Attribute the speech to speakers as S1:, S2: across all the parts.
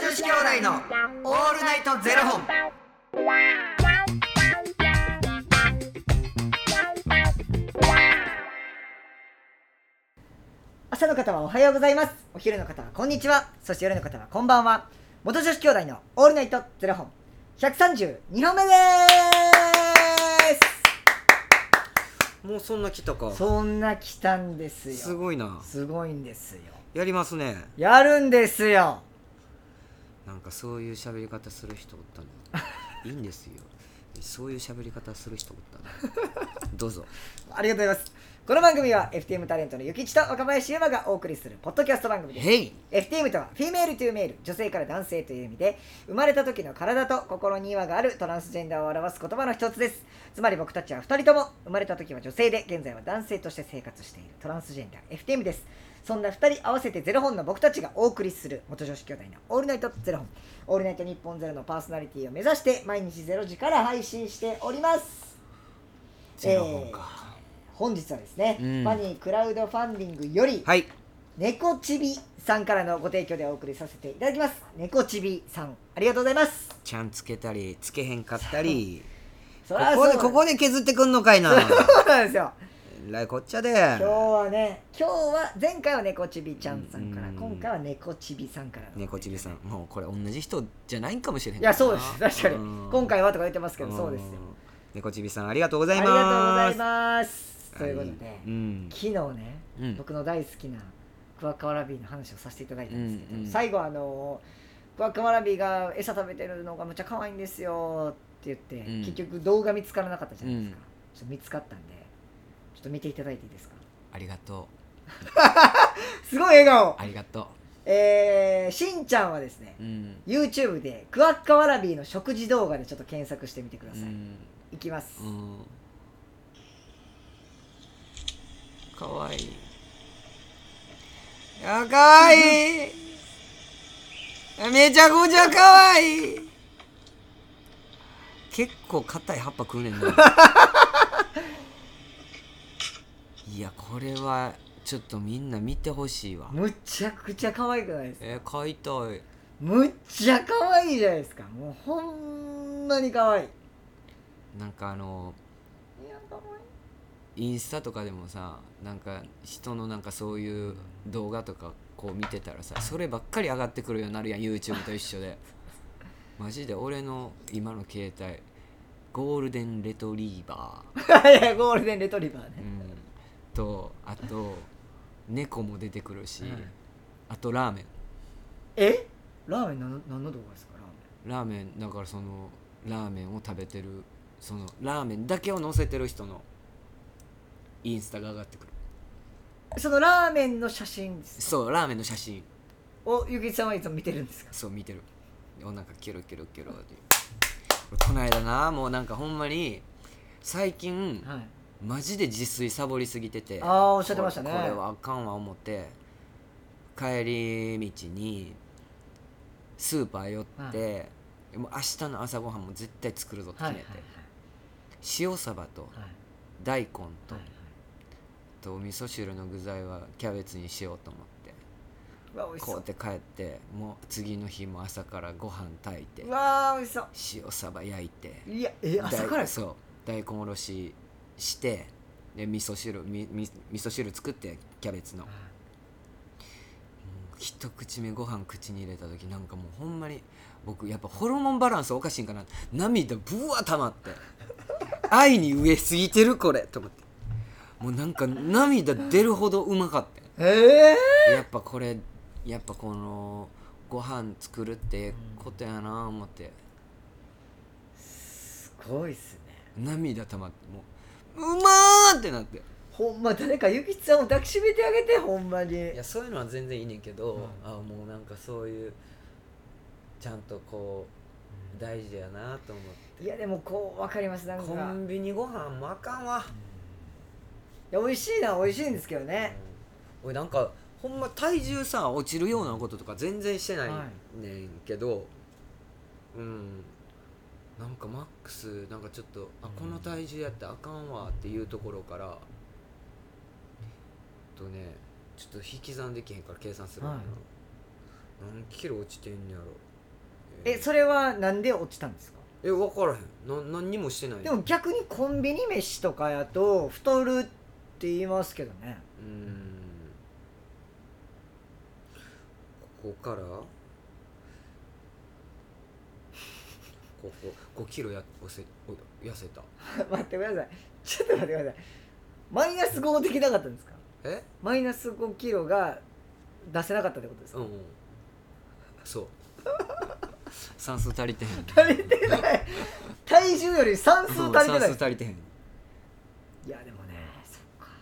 S1: 子兄弟のオールナイトゼロ本。
S2: 朝の方はおはようございますお昼の方はこんにちはそして夜の方はこんばんは元女子兄弟のオールナイトゼロ本132本目です
S1: もうそんな来たか。
S2: そんな来たんですよ
S1: すごいな。
S2: すごいんですよ
S1: やりますね。
S2: やるんですよ
S1: なんかそういう喋り方する人おったの。 いいんですよ。そういう喋り方する人お ったの。どうぞ。
S2: ありがとうございますこの番組は FTM タレントのゆきちと若林優馬がお送りするポッドキャスト番組です
S1: へい。
S2: FTM とはフィメールというメール女性から男性という意味で生まれた時の体と心に違和があるトランスジェンダーを表す言葉の一つですつまり僕たちは2人とも生まれた時は女性で現在は男性として生活しているトランスジェンダー FTM ですそんな2人合わせてゼロ本の僕たちがお送りする元女子兄弟の「オールナイトゼロ本」「オールナイト日本ゼロのパーソナリティを目指して毎日0時から配信しております
S1: ゼロ本か。
S2: 本日はですね、
S1: うん
S2: ファニークラウドファンディングより、
S1: はい。
S2: 猫ちびさんからのご提供でお送りさせていただきます猫ちびさんありがとうございます
S1: ちゃんつけたり、つけへんかったり。
S2: そ
S1: こ
S2: ら
S1: こで、
S2: そう
S1: ここで削ってくんのかい な。
S2: そうなんですよ
S1: えらいこっちゃで。
S2: 今日はね今日は前回は猫ちびちゃんさんから
S1: うん
S2: 今回は猫ちびさんからの
S1: 猫ちびさん、もうこれ同じ人じゃないんかもしれへん
S2: いやそうです確かに
S1: うん
S2: 今回はとか言ってますけどそうですよ
S1: ん猫ちびさんありがとうご
S2: あ
S1: ざい
S2: り
S1: ま
S2: が
S1: す
S2: とうございます
S1: は
S2: ということで、
S1: うん
S2: 昨日ね、
S1: うん
S2: 僕の大好きなクワカワラビーの話をさせていただいたんですけど、
S1: うんうん
S2: 最後あのクワカワラビーが餌食べてるのがむっちゃ可愛いんですよって言って、
S1: うん
S2: 結局動画見つからなかったじゃないですか、ちょっと見つかったんでちょっと見ていただいていいですか
S1: ありがと
S2: すごい笑顔
S1: うありがと
S2: えー、しんちゃんはですね
S1: ううん、
S2: YouTube でクワッカワラビーの食事動画でちょっと検索してみてくだ
S1: う
S2: さい、
S1: ん
S2: いきます、
S1: うん、かわいいあかわいいめちゃくちゃかわいい結構硬い葉っぱ食うねんな いやこれはちょっとみんな見てほしいわ
S2: むちゃくちゃ可愛くないですか
S1: えー、買いたい
S2: むっちゃ可愛いじゃないですかもうほんまに可愛い
S1: なんかあの
S2: いや可愛
S1: インスタとかでもさなんか人のなんかそういう動画とかこう見てたらさそればっかり上がってくるようになるやん YouTube と一緒 でマジで俺の今の携帯ゴールデンレトリーバ
S2: いいやゴールデンレトリバー
S1: ー、う
S2: ね
S1: ん、とあと猫も出てくるし、
S2: はい
S1: あとラーメン
S2: えラーメン何の何の動画ですかラーメ
S1: ラーメンだからそのラーメンを食べてるそのラーメンだけを載せてる人のインスタが上がってくる
S2: ンそのラーメンの写真です
S1: そうラーメンの写真
S2: をゆきちさんはいつも見てるんですか
S1: そう見てるお腹キュロキュロキュロってこの間なもうなんかほんまに最近
S2: はい
S1: マジで自炊サボりすぎてて
S2: ああおっしゃってましたね
S1: これこれはあかんわ思って帰り道にスーパー寄って、もう明日の朝ごはんも絶対作るぞって
S2: はい
S1: 決
S2: はい
S1: めて、塩サバと
S2: はい
S1: 大根と、
S2: はい
S1: とお味噌汁の具材はキャベツにしようと思って
S2: うわ美味し
S1: こ
S2: そ
S1: うやっ
S2: う
S1: て帰ってもう次の日も朝からご飯炊いて
S2: うわー美味しそう
S1: 塩サバ焼いて
S2: いやえ朝から
S1: 大そう大根おろししてで味噌汁みみ味噌汁作ってキャベツのもう一口目ご飯口に入れた時なんかもうほんまに僕やっぱホルモンバランスおかしいんかな涙ぶわ溜まって 愛に飢えすぎてるこれと思ってもうなんか涙出るほどうまかった
S2: え
S1: やっぱこれやっぱこのご飯作るってことやな思って
S2: ー、すごいっすね
S1: 涙溜まってもううまーってなって
S2: ほんま誰かゆきちさんを抱きしめてあげてほんまに
S1: いやそういうのは全然いいねんけど、
S2: うん
S1: あもうなんかそういうちゃんとこう大事やなと思
S2: いやでもこうわかりますなん
S1: ってコ
S2: か
S1: ンビニご飯もあかんわ、
S2: いや美味しいのは美味しいんですけどね、
S1: 俺なんかほんま体重さ落ちるようなこととか全然してない
S2: は
S1: ねんけど、うんなんかマックスなんかちょっとあこの体重やったらあかんわっていうところからとねちょっと引き算できへんから計算するのよ、
S2: はい
S1: 何キロ落ちてんねやろ
S2: えそれはなんで落ちたんですか
S1: え分からへんな何にもしてない
S2: でも逆にコンビニ飯とかやと太るって言いますけどね
S1: うーんここからここ5キロやおせお痩せた
S2: 待ってくださいちょっと待ってくださいマイナス5できなかったんですか
S1: え
S2: マイナス5キロが出せなかったってことです
S1: う
S2: か、
S1: んうんそう酸素足りてへん
S2: 足りてない体重より算数足りてない
S1: うん酸素足りてへん
S2: いやでもねそっか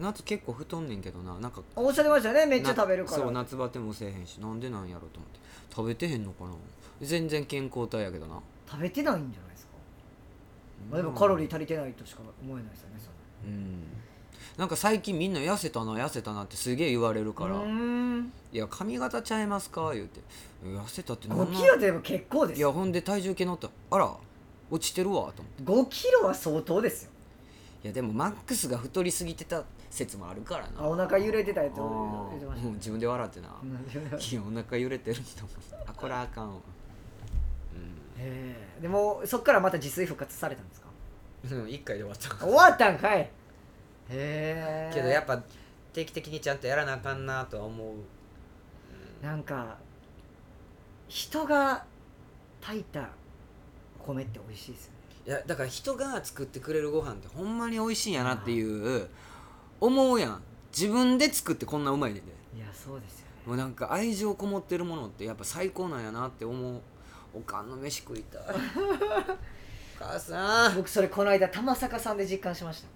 S1: 夏結構太んねんけどななんか
S2: おっしゃってましたねめっちゃ食べるから
S1: なそう夏バテもせえへんしなんでなんやろと思って食べてへんのかな全然健康体やけどな
S2: 食べてないんじゃないですか、まあ、でもカロリー足りてないとしか思えないですよねそれ
S1: うんなんか最近みんな痩せたな痩せたなってすげえ言われるから「
S2: うーん
S1: いや髪型ちゃいますか?」言うて「痩せたってなん
S2: 5
S1: な
S2: キロでも結構で
S1: い
S2: す
S1: や
S2: よ
S1: ほんで体重計乗ったらあら落ちてるわ」と思っ
S2: 5
S1: て
S2: キロは相当ですよ
S1: いやでもマックスが太りすぎてた説もあるからな
S2: あお腹揺れてたやつ
S1: あー
S2: 言ってましたね
S1: うん自分で笑ってな「いやお腹揺れてる」と思って「あこれあかんわ」
S2: へえでもそっからまた自炊復活されたん ですか
S1: うん1回で終わった
S2: 終わったんかいへえ
S1: けどやっぱ定期的にちゃんとやらなあかんなとは思う
S2: なんか人が炊いたお米って美味しいですよね
S1: いやだから人が作ってくれるご飯ってほんまに美味しいんやなっていう思うやん自分で作ってこんなうまいねんで
S2: いやそうですよね
S1: もうなんか愛情こもってるものってやっぱ最高なんやなって思うおかんの飯食い たいお母さんう
S2: 僕それこの間玉坂さんで実感しました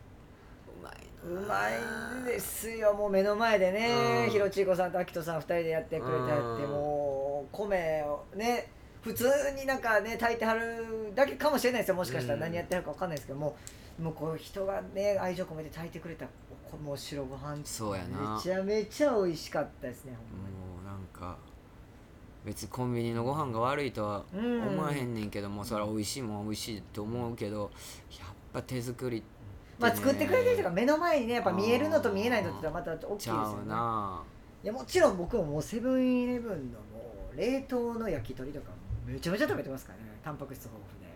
S1: まいうな
S2: まいんですよもう目の前でね
S1: うん
S2: ひろちいこさんとあきとさん2人でやってくれてやって
S1: うん
S2: もう米をね普通になんかね炊いてはるだけかもしれないですよもしかしたら
S1: うん
S2: 何やってるか分かんないですけどももうこう人がね愛情込めて炊いてくれたおもう白ご飯
S1: そうやな
S2: めちゃめちゃ美味しかったですね
S1: もうなんか別にコンビニのご飯が悪いとは
S2: ほんまに、うん、
S1: 思わへんねんけどもそれは美味しいもんは美味しいと思うけどやっぱ手作りってね
S2: まあ作ってくれてる人が目の前にねやっぱ見えるのと見えないのってのはまた大きいです
S1: ち
S2: よ
S1: ゃ
S2: ね
S1: うない
S2: やもちろん僕ももうセブンイレブンのもう冷凍の焼き鳥とかめちゃめちゃ食べてますからねタンパク質豊富で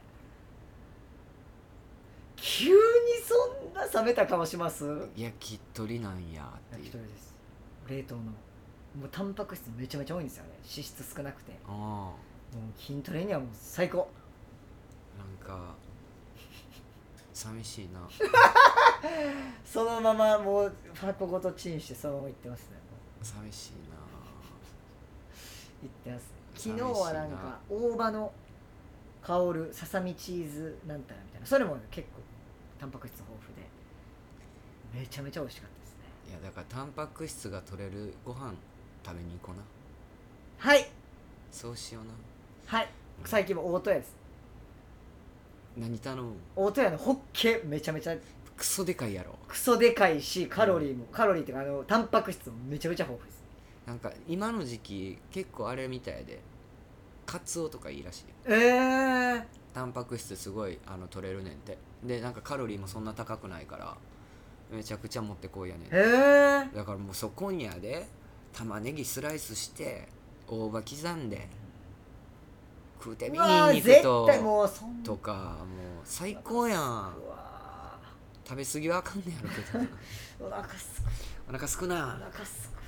S2: 急にそんな冷めた顔します
S1: 焼き鳥なんやって
S2: 焼き
S1: いう
S2: 鳥です冷凍のもうタンパク質めちゃめちゃ多いんですよね脂質少なくても
S1: あ
S2: う筋トレにはもう最高
S1: あなんか寂しいな
S2: そのままもう箱ごとチンしてそのまま行ってますね
S1: 寂しいな
S2: 行ってますね昨日はなんか大葉の香るささみチーズなんたらみたいなそれも結構タンパク質豊富でめちゃめちゃ美味しかったですね
S1: いやだからタンパク質が取れるご飯食べに行こうな
S2: はい
S1: そうしような
S2: はい最近も大戸屋です
S1: 何頼む
S2: 大戸屋のホッケめちゃめちゃ
S1: クソでかいやろ
S2: クソでかいしカロリーもカロリーっていうかあのタンパク質もめちゃめちゃ豊富です
S1: なんか今の時期結構あれみたいでカツオとかいいらしいよ
S2: ええ
S1: タンパク質すごいあの取れるねんてでなんかカロリーもそんな高くないからめちゃくちゃ持ってこいやねん
S2: ええ
S1: てだからもうそこにやで玉ねぎスライスして大葉刻んで食うて
S2: う
S1: み
S2: わー
S1: にんにく
S2: 絶
S1: と
S2: 対もうそん
S1: とかもう最高やん
S2: うわー
S1: 食べ過ぎはあかんねやろけどな
S2: お腹すく
S1: お腹すく
S2: お
S1: な
S2: 腹すく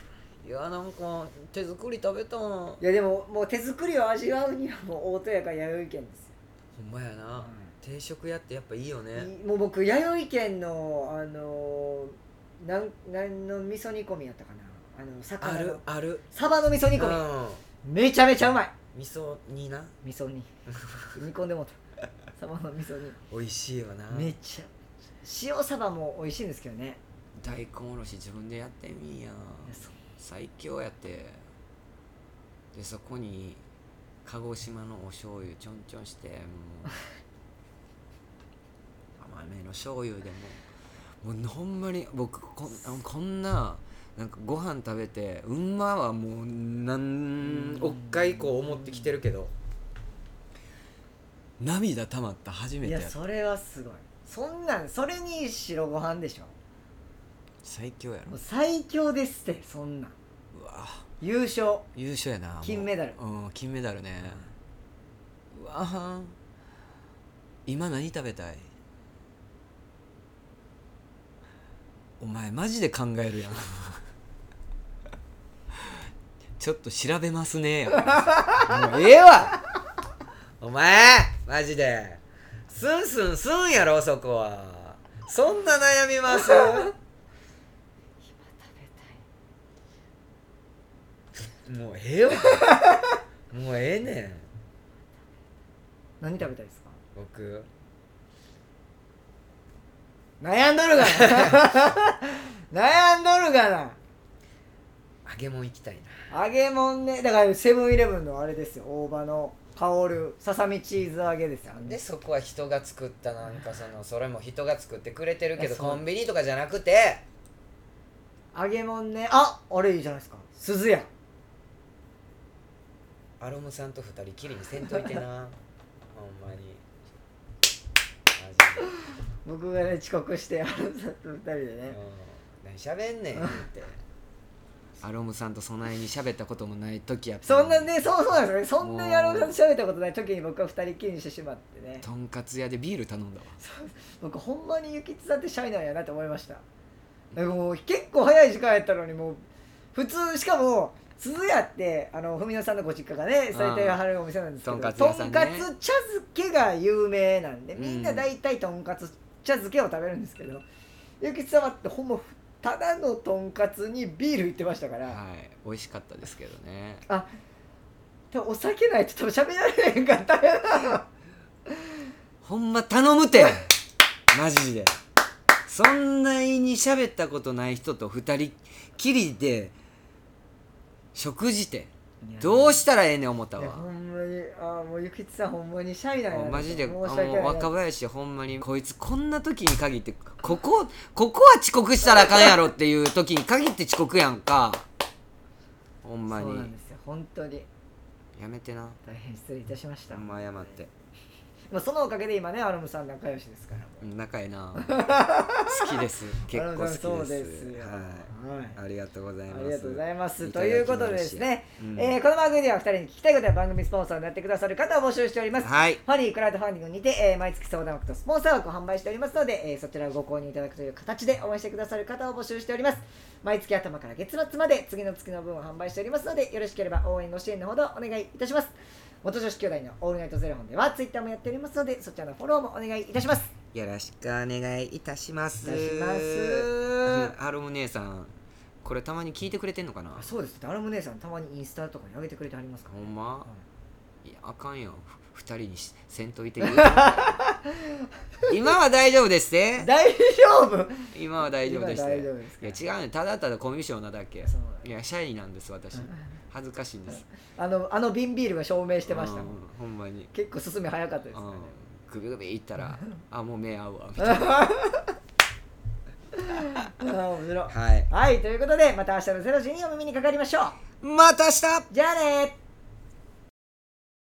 S1: いやなんか手作り食べたんほ
S2: いやでももう手作りを味わうにはもう大戸屋か弥生県ですよ
S1: んまやな定食屋ってやっぱいいよね
S2: もう僕弥生県のあのーなんなんの味噌煮込みやったかなあの
S1: あ
S2: 魚
S1: る
S2: の
S1: ある
S2: サバの味噌煮
S1: う
S2: 込
S1: ん
S2: みめちゃめちゃうまい
S1: 味噌煮な
S2: 味噌煮煮込んでもう たサバの味噌煮
S1: 美味しいよな
S2: めちゃ塩サバも美味しいんですけどね
S1: 大根おろし自分でやってみいや
S2: いやそ
S1: 最強やってでそこに鹿児島のお醤油ちょんちょん してもう甘めの醤油でももうほんまに僕こんこんななんかご飯食べてうんまはもうなん
S2: うん
S1: おっかいこう思ってきてるけど涙溜まった初め
S2: い
S1: てや
S2: や
S1: った
S2: それはすごいそんなんそれに白ご飯でしょ
S1: 最強や
S2: も
S1: ろ
S2: う最強ですってそんなん
S1: うわ
S2: 優勝
S1: 優勝やなもう
S2: 金メダル
S1: うん金メダルね、うわはん今何食べたいお前マジで考えるやん ちょっと調べますねやもうええわお前マジでスンスンスンやろそこはそんな悩みます もうええわもうええねん
S2: 何食べたいですか
S1: 僕
S2: 悩んどるが な悩んどるがな
S1: 揚げ物行きたい
S2: 揚げもんねだからセブンイレブンのあれですよ大葉の香るささみチーズ揚げですよあの
S1: なでそこは人が作ったなんかそのそれも人が作ってくれてるけど
S2: そう
S1: コンビニとかじゃなくて
S2: 揚げもんねああれいいじゃないですか鈴屋
S1: アロムさんと二人きりにせんとい てなほんまにマ
S2: 僕がね遅刻してあのさんと2人で
S1: ジで
S2: ね
S1: うん何しゃべんねんってアロムさんとそないに喋ったこともない時やった
S2: そんなねそうそうなんですよねそんなにあのさんと喋ったことない時に僕は2人きりにしてしまってね
S1: とんかつ屋でビール頼んだわ
S2: 僕ほんまにゆきつさんってシャイなんやなと思いましたなんかもう結構早い時間やったのにもう普通しかも鈴屋ってあの文乃さんのご実家がね大体はるお店なんですけど、
S1: とんかつ
S2: と
S1: 屋さん
S2: ん
S1: ね
S2: かつ茶漬けが有名なんで
S1: うん
S2: みんな大体とんかつ茶漬けを食べるんですけど、ゆきつ様ってほんまただのとんかつにビール売ってましたから、
S1: はい美味しかったですけどね
S2: 多分お酒ないと多分喋られへんかったよな
S1: ほんま頼むてマジでそんなに喋ったことない人と二人きりで食事てどうしたらええねん思った
S2: いやほ
S1: わ
S2: んまにああもうゆきつさんほんまにシャイなんやな
S1: もう
S2: と
S1: マジであ
S2: 申し
S1: も
S2: 訳ないうな
S1: 若林ほんまにこいつこんな時に限ってここここは遅刻したらあかんやろっていう時に限って遅刻やんかほんま
S2: そうな
S1: に
S2: んですよ本当に
S1: やめてな
S2: 大変失礼いたしました、
S1: ほんま謝って
S2: まあ、そのおかげで今ねアルムさん仲良しですから
S1: うん仲え えな好きです結構
S2: ア
S1: 好きです
S2: ルムさんそうですよ
S1: はい
S2: はい
S1: ありがとうございます。
S2: ありがとうございます。
S1: た
S2: と
S1: だき
S2: いうこ
S1: まし
S2: とでです。ね、
S1: うん
S2: えーこの番組では2人に聞きたいことや番組スポンサーになってくださる方を募集しております。
S1: はい。
S2: ファニークラウドファンディングにて、えー毎月相談枠とスポンサー枠を販売しておりますので、えーそちらをご購入いただくという形で応援してくださる方を募集しております。毎月頭から月末まで次の月の分を販売しておりますので、よろしければ応援ご支援のほどお願いいたします。元女子兄弟のオールナイトゼロ本ではツイッターもやっておりますので、そちらのフォローもお願いいたします。
S1: よろしくお願いいたします。
S2: お願いします
S1: うん。アロム姉さん、これたまに聞いてくれてんのかな
S2: あ。そうです。ダルム姉さんたまにインスタとかに上げてくれてありますか
S1: ほんま。いやあかんよ。ふ二人にしせんといて。 今は大丈夫ですね。
S2: 大丈夫
S1: 今は大丈夫です
S2: 今
S1: ね。
S2: 大丈夫ですか
S1: いや違うね。ただただコミュ障なだけ
S2: そう。
S1: いやシャイなんです私。恥ずかしいんです。
S2: あのあの瓶ビールが証明してました
S1: うん
S2: もん
S1: ほんまに。
S2: 結構進み早かったですからね
S1: うん、グビグビいっ たらあもう目合うわみたい な
S2: あー面白い
S1: はい
S2: はいということでまた明日の0時にお耳にかかりましょう
S1: また明日
S2: じゃあねー